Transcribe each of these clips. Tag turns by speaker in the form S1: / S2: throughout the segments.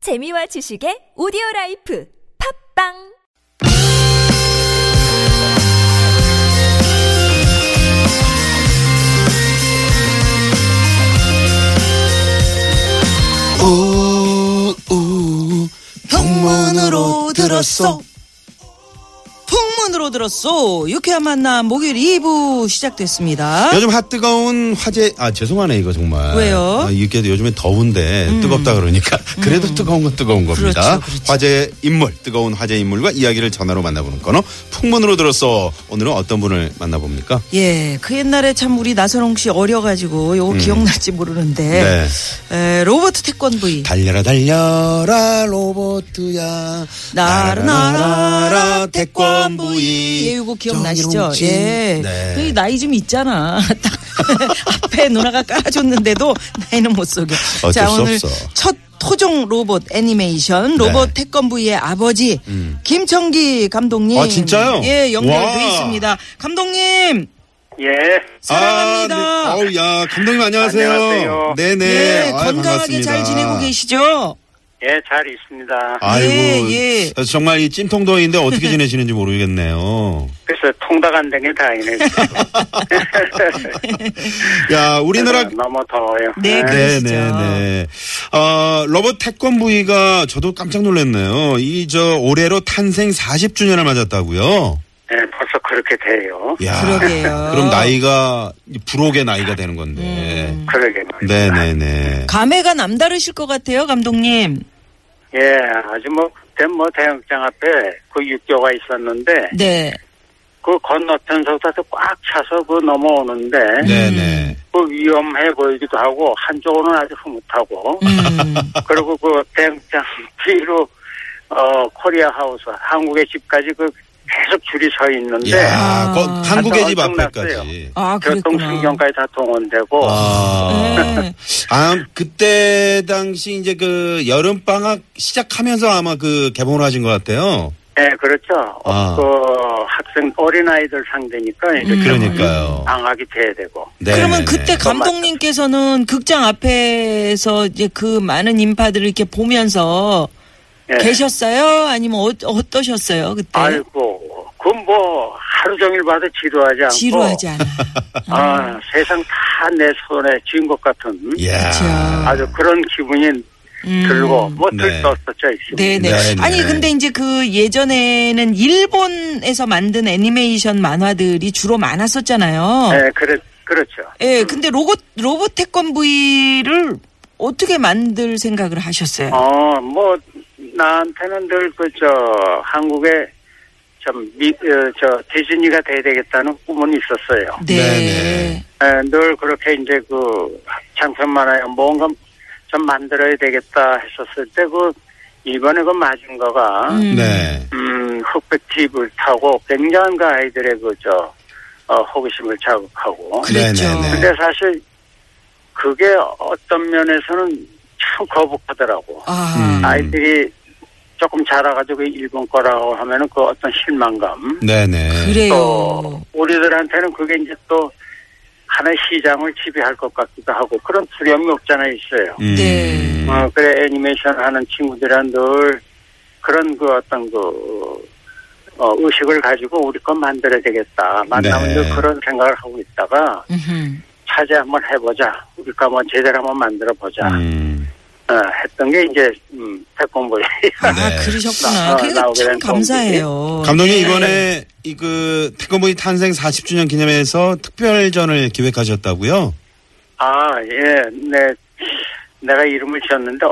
S1: 재미와 지식의 오디오 라이프 팝빵
S2: 우우
S3: 풍문으로 들었어. 풍문으로 들었어. 유쾌한 만남 목요일 2부 시작됐습니다.
S2: 요즘 핫 뜨거운 화제 아 죄송하네 이거 정말
S3: 왜요? 음.
S2: 아, 이게 요즘에 더운데 뜨겁다 그러니까 그래도 뜨거운 건 뜨거운 겁니다
S3: 그렇죠, 그렇죠.
S2: 화제 인물 뜨거운 화제 인물과 이야기를 전화로 만나보는 코너 풍문으로 들었어 오늘은 어떤 분을 만나봅니까
S3: 예, 그 옛날에 참 우리 나선홍 씨 어려가지고 요거 기억날지 모르는데
S2: 네.
S3: 에, 로버트 태권브이
S2: 달려라 달려라 로봇야
S3: 나라나라 태권브이 예, 이거 기억나시죠?
S2: 정의로운 진.
S3: 예,
S2: 네.
S3: 그 나이 좀 있잖아. 딱 앞에 누나가 깔아줬는데도 나이는 못 속여.
S2: 어쩔
S3: 자
S2: 수
S3: 오늘
S2: 없어.
S3: 첫 토종 로봇 애니메이션 로봇
S2: 네. 음.
S3: 태권브이의 아버지 김청기 감독님.
S2: 아, 진짜요?
S3: 예,
S2: 와.
S3: 연결돼 있습니다. 감독님
S4: 예.
S3: 사랑합니다.
S2: 아, 네. 어우야 감독님 안녕하세요.
S4: 안녕하세요.
S2: 네네.
S3: 예,
S2: 아유,
S3: 건강하게
S2: 반갑습니다. 네.
S3: 잘 지내고 계시죠?
S4: 예, 잘 있습니다.
S2: 아이고
S3: 예,
S2: 정말 이 찜통더위인데 어떻게 지내시는지 모르겠네요.
S4: 그래서 통닭 안 된게 다행이네.
S2: 야 우리나라
S4: 너무 더워요.
S3: 네, 그래.
S4: 예.
S3: 그러시죠.
S2: 네네네. 아 로봇 태권브이가 저도 깜짝 놀랐네요. 이 저 올해로 탄생 40주년을 맞았다고요.
S4: 예, 벌써 그렇게 돼요.
S2: 야,
S3: 그러게요.
S2: 그럼 나이가 부록의 나이가 되는 건데.
S4: 그러게 말이야.
S2: 네네네.
S3: 음. 감회가 남다르실 것 같아요, 감독님.
S2: 네.
S4: 예, 아주 뭐 그때 뭐 대형장 앞에 그 육교가 있었는데
S3: 네.
S4: 그 건너편서부터 꽉 차서 그 넘어오는데
S2: 네네.
S4: 그 위험해 보이기도 하고 한쪽으로는 아주 흐뭇하고
S3: 음.
S4: 그리고 그 대형장 뒤로 어 코리아 하우스 한국의 집까지 그 계속 줄이 서 있는데
S2: 야, 거-
S3: 음. 아.
S2: 한국의 집
S4: 네. 엄청났어요.
S2: 앞에까지.
S3: 아,
S4: 교통
S3: 그랬구나.
S4: 신경까지 다 동원되고
S2: 아.
S3: 네.
S2: 아, 그때 당시 이제 그 여름 방학 시작하면서 아마 그 개봉을 하신 것 같아요.
S4: 네, 그렇죠.
S2: 아.
S4: 그 학생 어린 아이들 상대니까 이제
S3: 음.
S2: 그러니까요.
S4: 방학이 돼야 되고.
S2: 네,
S3: 그러면
S2: 네,
S3: 그때
S2: 네.
S3: 감독님께서는 극장 앞에서 이제 그 많은 인파들을 이렇게 보면서
S4: 예.
S3: 계셨어요? 아니면 어, 어떠셨어요, 그때?
S4: 아이고, 그 뭐 하루 종일 봐도 지루하지 않고.
S3: 지루하지
S4: 뭐.
S3: 않아.
S4: 아, 세상 다 내 손에 쥔 것 같은
S3: 그렇죠.
S2: 이야.
S4: 아주 그런 기분이
S3: 예. 음.
S4: 들고 뭐
S2: 네.
S4: 들떴었죠 있습니다.
S3: 네네.
S2: 네, 네.
S3: 아니, 근데 이제 그 예전에는 일본에서 만든 애니메이션 만화들이 주로 많았었잖아요.
S4: 네, 그래 그렇죠.
S3: 예, 근데 로봇, 로봇 태권브이를 어떻게 만들 생각을 하셨어요?
S4: 어, 뭐 나한테는 늘 그 저 한국의 참저 디즈니가 돼야 되겠다는 꿈은 있었어요.
S3: 네.
S2: 네네.
S4: 에, 늘 그렇게 이제 그 장편 만화에 뭔가 좀 만들어야 되겠다 했었을 때 그 이번에 그 마징가가 음,
S3: 음.
S2: 네.
S4: 흑백 팁을 타고 굉장한 그 아이들의 그저 어, 호기심을 자극하고
S3: 그랬죠.
S2: 네네네.
S4: 근데 사실 그게 어떤 면에서는 참 거북하더라고
S3: 아,
S2: 음.
S4: 아이들이 조금 자라가지고 일본 거라고 하면은 그 어떤 실망감
S2: 네네.
S3: 그래요.
S4: 또 우리들한테는 그게 이제 또 하나의 시장을 지배할 것 같기도 하고 그런 두려움이 없잖아 있어요.
S2: 음.
S3: 네.
S4: 어, 그래 애니메이션 하는 친구들은 늘 그런 그 어떤 그 어, 의식을 가지고 우리 건 만들어야 되겠다. 만나면
S2: 네.
S4: 늘 그런 생각을 하고 있다가
S3: 음흠.
S4: 차제 한번 해보자. 우리 거 한번 제대로 한번 만들어보자.
S2: 음.
S4: 어, 했던 게 이제 음, 태권보이.
S3: 아,
S2: 네.
S3: 그러셨구나.
S4: 나-
S3: 그러니까
S4: 나오게
S3: 참
S4: 된
S3: 감사해요.
S2: 감독님
S3: 네.
S2: 이번에 이 그 태권브이 탄생 40주년 기념해서 특별전을 기획하셨다고요?
S4: 아, 예. 네. 내가 이름을 지었는데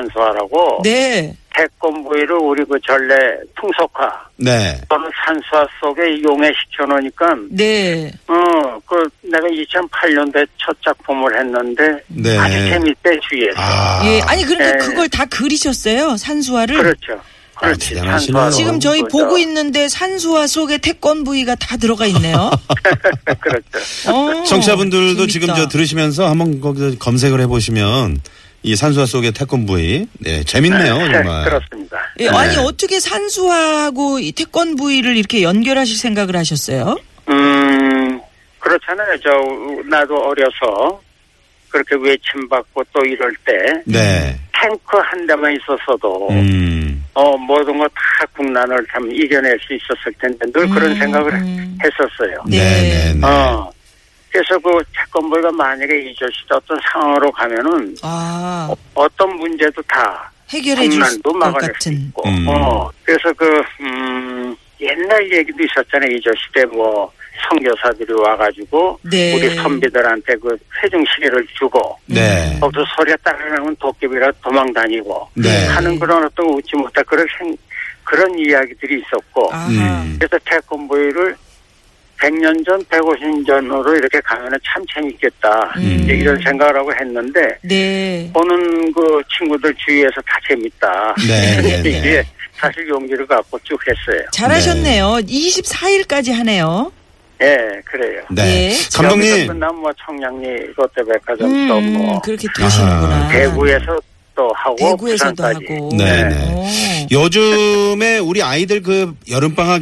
S4: 엉뚱산수화라고
S3: 네.
S4: 태권보이를 우리 그 전래 풍속화
S2: 네.
S4: 또는 산수화 속에 용해시켜 놓으니까
S3: 네.
S4: 어, 그, 내가 2008년도에 첫 작품을 했는데,
S2: 네.
S4: 아주 재밌대, 주위에서.
S2: 아.
S3: 예. 아니, 그러니까
S4: 네.
S3: 그걸 다 그리셨어요. 산수화를.
S4: 그렇죠. 그렇지.
S2: 대단하시네요.
S4: 산수화로
S3: 지금 저희
S4: 그죠.
S3: 보고 있는데 산수화 속에 태권브이가 다 들어가 있네요.
S4: 그렇죠.
S3: 어,
S2: 청취자분들도 지금
S3: 재밌다.
S2: 저 들으시면서 한번 거기서 검색을 해보시면 이 산수화 속의 태권브이 네 재밌네요 정말.
S4: 그렇습니다.
S3: 예, 아니
S2: 네.
S3: 어떻게 산수화하고 이 태권브이를 이렇게 연결하실 생각을 하셨어요?
S4: 음, 그렇잖아요. 저, 나도 어려서, 그렇게 외침받고 또 이럴 때,
S2: 네.
S4: 다 탱크 한 대만 있었어도
S2: 음.
S4: 어, 모든 거 다 국난을 참 이겨낼 수 있었을 텐데 늘 그런
S3: 음,
S4: 생각을
S3: 음.
S4: 했었어요.
S3: 네.
S2: 네네네.
S4: 어. 그래서 그 채권부가 만약에 이조시대 어떤 상황으로 가면은
S3: 아,
S4: 어, 어떤 문제도 다
S3: 해결해 줄 것
S4: 국난도 막아낼 수
S3: 같은.
S4: 있고.
S2: 음.
S4: 어. 그래서 그 음, 옛날 얘기도 있었잖아요. 이조시대 뭐 선교사들이 와가지고
S3: 네.
S4: 우리 선비들한테 그 회중 시계를 주고
S2: 네.
S4: 거기서 소리가 따르면 도깨비라 도망 다니고
S2: 네.
S4: 하는 그런 어떤 웃지 못할 그런 생, 그런 이야기들이 있었고
S3: 아하.
S2: 음.
S4: 그래서 태권브이를 100년 전, 150년 전으로 이렇게 가면 참 재밌겠다
S3: 음.
S4: 이제 이런 생각을 하고 했는데
S3: 네.
S4: 보는 그 친구들 주위에서 다 재밌다
S2: 네, 네, 네.
S4: 이게 사실 용기를 갖고 쭉 했어요.
S3: 잘하셨네요. 24일까지 하네요.
S4: 예, 그래요.
S2: 네.
S3: 예.
S2: 감독님.
S4: 여기서 끝나면 뭐 청량리 롯데백화점도
S3: 음,
S4: 뭐
S3: 그렇게 되시는구나.
S2: 아,
S4: 대구에서 또 하고
S3: 대구에서도
S4: 어, 부산까지.
S3: 하고.
S2: 네,
S3: 네.
S2: 요즘에 우리 아이들 그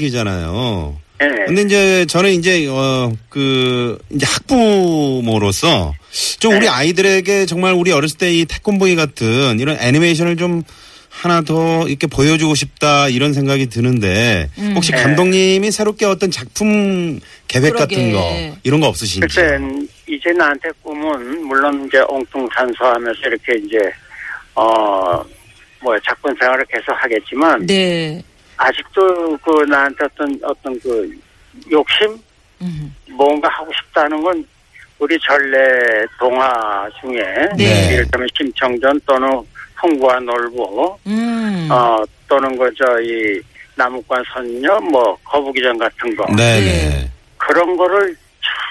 S2: 여름방학이잖아요.
S4: 예.
S2: 근데 이제 저는 이제 어 그 이제 학부모로서 좀 우리
S4: 네.
S2: 아이들에게 정말 우리 어렸을 때 이 태권브이 같은 이런 애니메이션을 좀 하나 더 이렇게 보여주고 싶다 이런 생각이 드는데 혹시
S4: 네.
S2: 감독님이 새롭게 어떤 작품 계획
S3: 그러게.
S2: 같은 거 이런 거
S3: 음.
S2: 없으신지?
S4: 글쎄, 음. 이제 나한테 꿈은, 물론 이제 엉뚱산소하면서 이렇게 이제, 어, 뭐, 작품 생활을 계속 하겠지만,
S3: 네.
S4: 아직도 그 나한테 어떤, 어떤 그 욕심?
S3: 음.
S4: 뭔가 하고 싶다는 건, 우리 전래 동화 중에,
S2: 네.
S4: 이를테면 심청전 또는 풍부한 놀부,
S3: 음.
S4: 어, 또는 그, 저, 이, 나무관 선녀, 뭐, 거북이전 같은 거.
S2: 네네.
S4: 그런 거를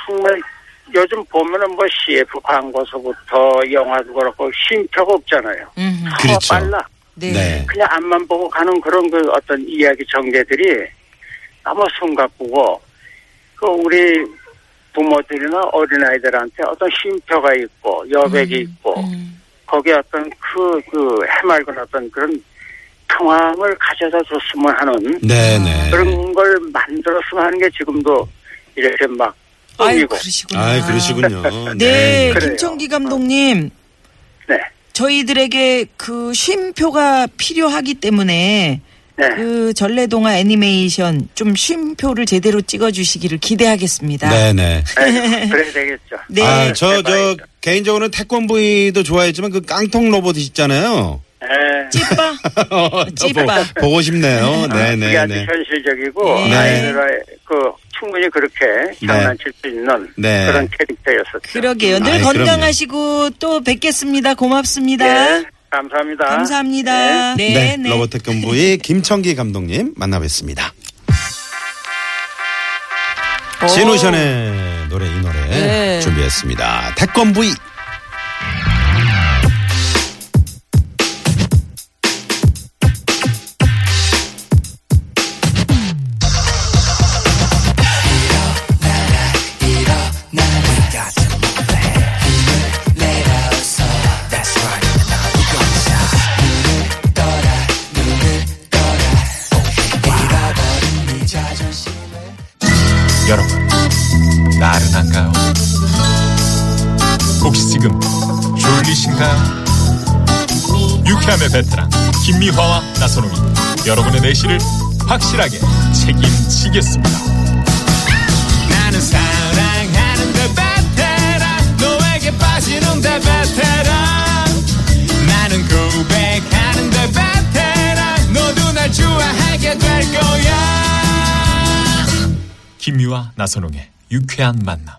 S4: 정말 요즘 보면은 뭐 CF 광고서부터 영화도 그렇고 쉼표가 없잖아요.
S3: 음.
S4: 더
S2: 그렇죠.
S4: 빨라.
S3: 네.
S2: 네.
S4: 그냥 앞만 보고 가는 그런 그 어떤 이야기 전개들이 너무 숨가쁘고 그 우리 부모들이나 어린아이들한테 어떤 쉼표가 있고 여백이 있고
S3: 음.
S4: 거기에 어떤 그, 그 해맑은 어떤 그런 평화를 가져다 줬으면 하는
S2: 네네.
S4: 아, 그런 걸 만들었으면 하는 게 지금도 이렇게 막
S3: 아유,
S4: 뻥이고
S3: 그러시구나.
S2: 아 그러시군요.
S3: 네,
S4: 그래요.
S3: 김청기 감독님.
S4: 네,
S3: 저희들에게 그 쉼표가 필요하기 때문에
S4: 네.
S3: 그 전래동화 애니메이션 좀 쉼표를 제대로 찍어주시기를 기대하겠습니다.
S2: 네네.
S4: 네, 그래야 되겠죠.
S3: 네.
S2: 아, 저, 저,
S4: 해봐야죠.
S2: 개인적으로는 태권브이도 좋아했지만 그 깡통 로봇 있잖아요.
S4: 네.
S3: 찌빠.
S2: 어, 저 보,
S3: 찌빠.
S2: 보고 싶네요.
S4: 그게 아주
S2: 네네네.
S4: 현실적이고
S3: 네.
S4: 아이들의 그 충분히 그렇게 장난칠 수 있는
S2: 네.
S4: 그런 캐릭터였었죠.
S3: 그러게요. 늘
S2: 아이, 그럼요.
S3: 건강하시고 또 뵙겠습니다. 고맙습니다.
S4: 네, 감사합니다. 네.
S3: 감사합니다. 네,
S2: 네,
S3: 네.
S2: 로봇 태권브이 김청기 감독님 만나뵙습니다.
S3: 오.
S2: 진오션의 노래, 이 노래
S3: 네.
S2: 준비했습니다. 태권브이.
S5: 여러분, 나른한가요? 혹시 지금 졸리신가요? 유쾌함의 베테랑 김미화와 나선홍이 여러분의 내실을 확실하게 책임지겠습니다. 나는 사랑하는데 베테랑 너에게 빠지는데 베테랑 나는 고백하는데 베테랑 너도 날 좋아하게 될 거야. 김유와 나선홍의 유쾌한 만남.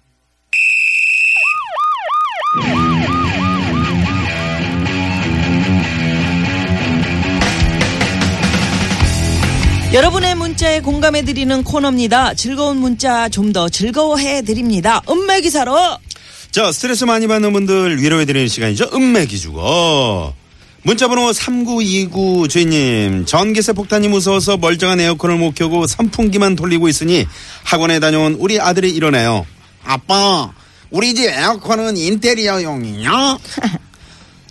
S3: 여러분의 문자에 공감해드리는 코너입니다. 즐거운 문자 좀 더 즐거워해드립니다. 음매기사로.
S2: 자, 스트레스 많이 받는 분들 위로해드리는 시간이죠. 음매기주고. 문자번호 3929 주인님, 전기세 폭탄이 무서워서 멀쩡한 에어컨을 못 켜고 선풍기만 돌리고 있으니 학원에 다녀온 우리 아들이 이러네요. 아빠, 우리 집 에어컨은 인테리어용이냐?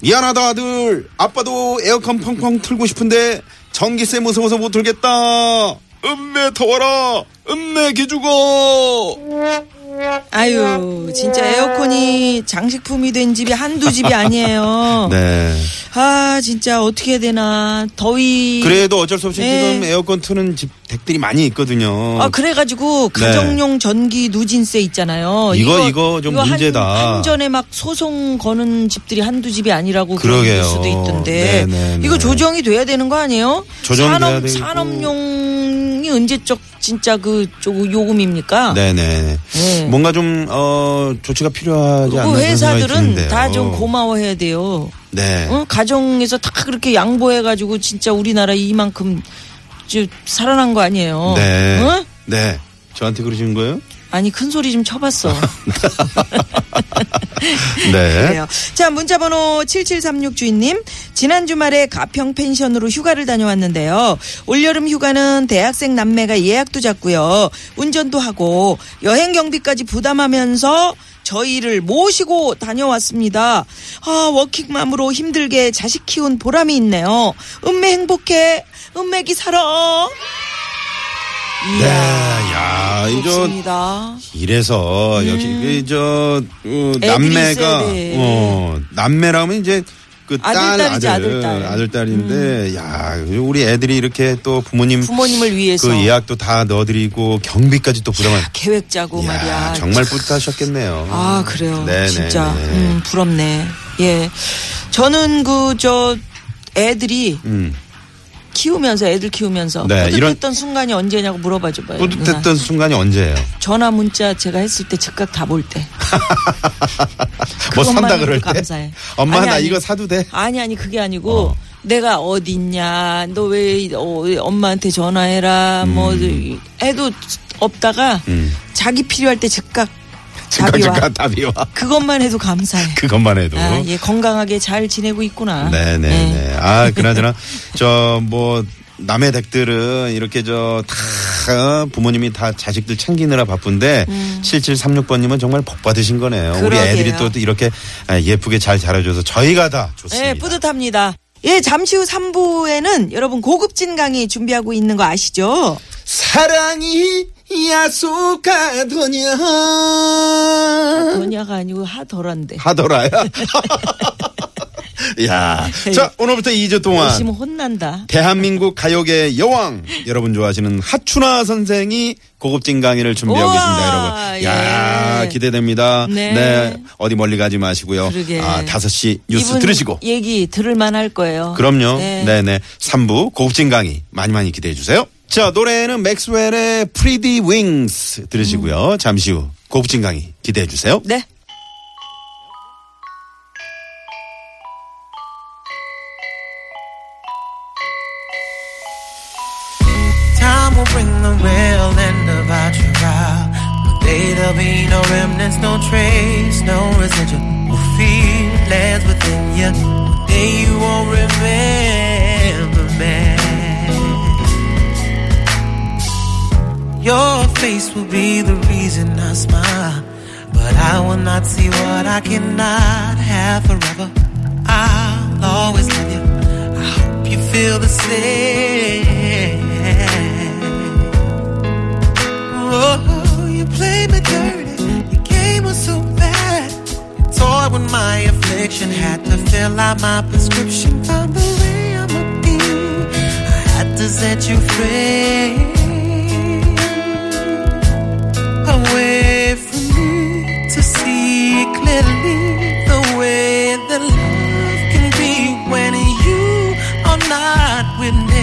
S2: 미안하다 아들, 아빠도 에어컨 펑펑 틀고 싶은데 전기세 무서워서 못 틀겠다. 음매 더워라, 음매 기주고.
S3: 아유, 진짜 에어컨이 장식품이 된 집이 한두 집이 아니에요.
S2: 네.
S3: 아, 진짜 어떻게 해야 되나. 더위.
S2: 그래도 어쩔 수 없이
S3: 네.
S2: 지금 에어컨 트는 집 댁들이 많이 있거든요.
S3: 아, 그래가지고 가정용 전기 누진세 있잖아요.
S2: 네. 이거, 이거 좀
S3: 한-
S2: 문제다.
S3: 한전에 막 소송 거는 집들이 한두 집이 아니라고 그런
S2: 그러게요.
S3: 뉴스도 있던데.
S2: 네, 네, 네.
S3: 이거 조정이 돼야 되는 거 아니에요?
S2: 조정돼야
S3: 산업,
S2: 되고.
S3: 산업용이 언제적 진짜 그, 저 요금입니까?
S2: 네네.
S3: 네.
S2: 뭔가 좀, 어, 조치가 필요하지 않나. 그런
S3: 그
S2: 생각이
S3: 회사들은
S2: 드는데요.
S3: 다 좀 고마워해야 돼요.
S2: 네.
S3: 어? 가정에서 다 그렇게 양보해가지고 진짜 우리나라 이만큼 저 살아난 거 아니에요.
S2: 네.
S3: 어?
S2: 네. 저한테 그러시는 거예요?
S3: 아니 큰 소리 좀 쳐봤어.
S2: 네.
S3: 그래요. 자 문자번호 7736 주인님 지난 주말에 가평 펜션으로 휴가를 다녀왔는데요. 올여름 휴가는 대학생 남매가 예약도 잡고요. 운전도 하고 여행 경비까지 부담하면서 저희를 모시고 다녀왔습니다. 아 워킹맘으로 힘들게 자식 키운 보람이 있네요. 음매 행복해. 음매기 사랑.
S2: 네.
S3: 이야.
S2: 야,
S3: 네.
S2: 이제
S3: 좋습니다. 음.
S2: 이래서 역시 그저 어,
S3: 애들이
S2: 남매가
S3: 있어야 돼.
S2: 어 남매라면 이제 그 딸
S3: 아들딸이지,
S2: 아들
S3: 아들딸. 음.
S2: 인데야 우리 애들이 이렇게 또 부모님
S3: 부모님을 위해서
S2: 그 예약도 다 넣어드리고 경비까지 또 부담한
S3: 계획 짜고
S2: 이야,
S3: 말이야.
S2: 정말 뿌듯하셨겠네요.
S3: 아 그래요.
S2: 네네,
S3: 진짜
S2: 네.
S3: 음, 부럽네. 예, 저는 그 저 애들이
S2: 음,
S3: 키우면서 애들 키우면서
S2: 네,
S3: 뿌듯했던 순간이 언제냐고 물어봐줘봐요.
S2: 뿌듯했던
S3: 누나.
S2: 순간이 언제예요?
S3: 전화 문자 제가 했을 때 즉각 다 볼 때.
S2: 뭐 산다
S3: 그것만으로도
S2: 그럴 때
S3: 감사해.
S2: 엄마
S3: 아니,
S2: 나
S3: 아니.
S2: 이거 사도 돼? 어.
S3: 아니 아니 그게 아니고 내가 어딨냐 너 왜 엄마한테 전화해라 뭐 해도 없다가
S2: 음.
S3: 자기 필요할 때 즉각 답이 와.
S2: 잠깐 답이 와.
S3: 그것만 해도 감사해.
S2: 그것만 해도.
S3: 아, 예, 건강하게 잘 지내고 있구나.
S2: 음. 네네네.
S3: 예.
S2: 아, 그나저나, 저, 뭐, 남의 댁들은 이렇게 저, 다, 어, 부모님이 다 자식들 챙기느라 바쁜데, 7736번님은 정말 복 받으신 거네요. 우리
S3: 음. 그러게요.
S2: 애들이 또 이렇게 아, 예쁘게 잘 자라줘서 저희가 다 좋습니다.
S3: 예, 뿌듯합니다. 예, 잠시 후 3부에는 여러분 고급진 강의 준비하고 있는 거 아시죠?
S2: 사랑이 야속하더냐.
S3: 전야가 아니고 하더란데.
S2: 하더라야. 야, 자, 오늘부터 2주 동안.
S3: 열심히 혼난다.
S2: 대한민국 가요계 여왕 여러분 좋아하시는 하춘아 선생이 고급진 강의를 준비하고
S3: 우와,
S2: 계십니다, 여러분. 야
S3: 예.
S2: 기대됩니다.
S3: 네.
S2: 어디 멀리 가지 마시고요.
S3: 그러게.
S2: 아, 5시 뉴스
S3: 이분
S2: 들으시고.
S3: 얘기 들을 만할 거예요.
S2: 그럼요.
S3: 네.
S2: 네, 네. 3부 고급진 강의 많이 많이 기대해 주세요. 자, 노래는 맥스웰의 프리디 윙스 들으시고요. 잠시 후 고급진 강의 기대해 주세요.
S3: 네.
S6: Time will bring the real end of our trial. One day there'll be no remnants, no trace, no residual feelings within you. One day you won't remember me. Your face will be the reason I smile, but I will not see what I cannot have forever. I'll always love you. I hope you feel the same. Oh, you played me dirty. Your game was so bad. You toyed with my affliction. Had to fill out my prescription. Found the way I'm a king. I had to set you free. Away from me to see clearly the way that love can be when you are not with me.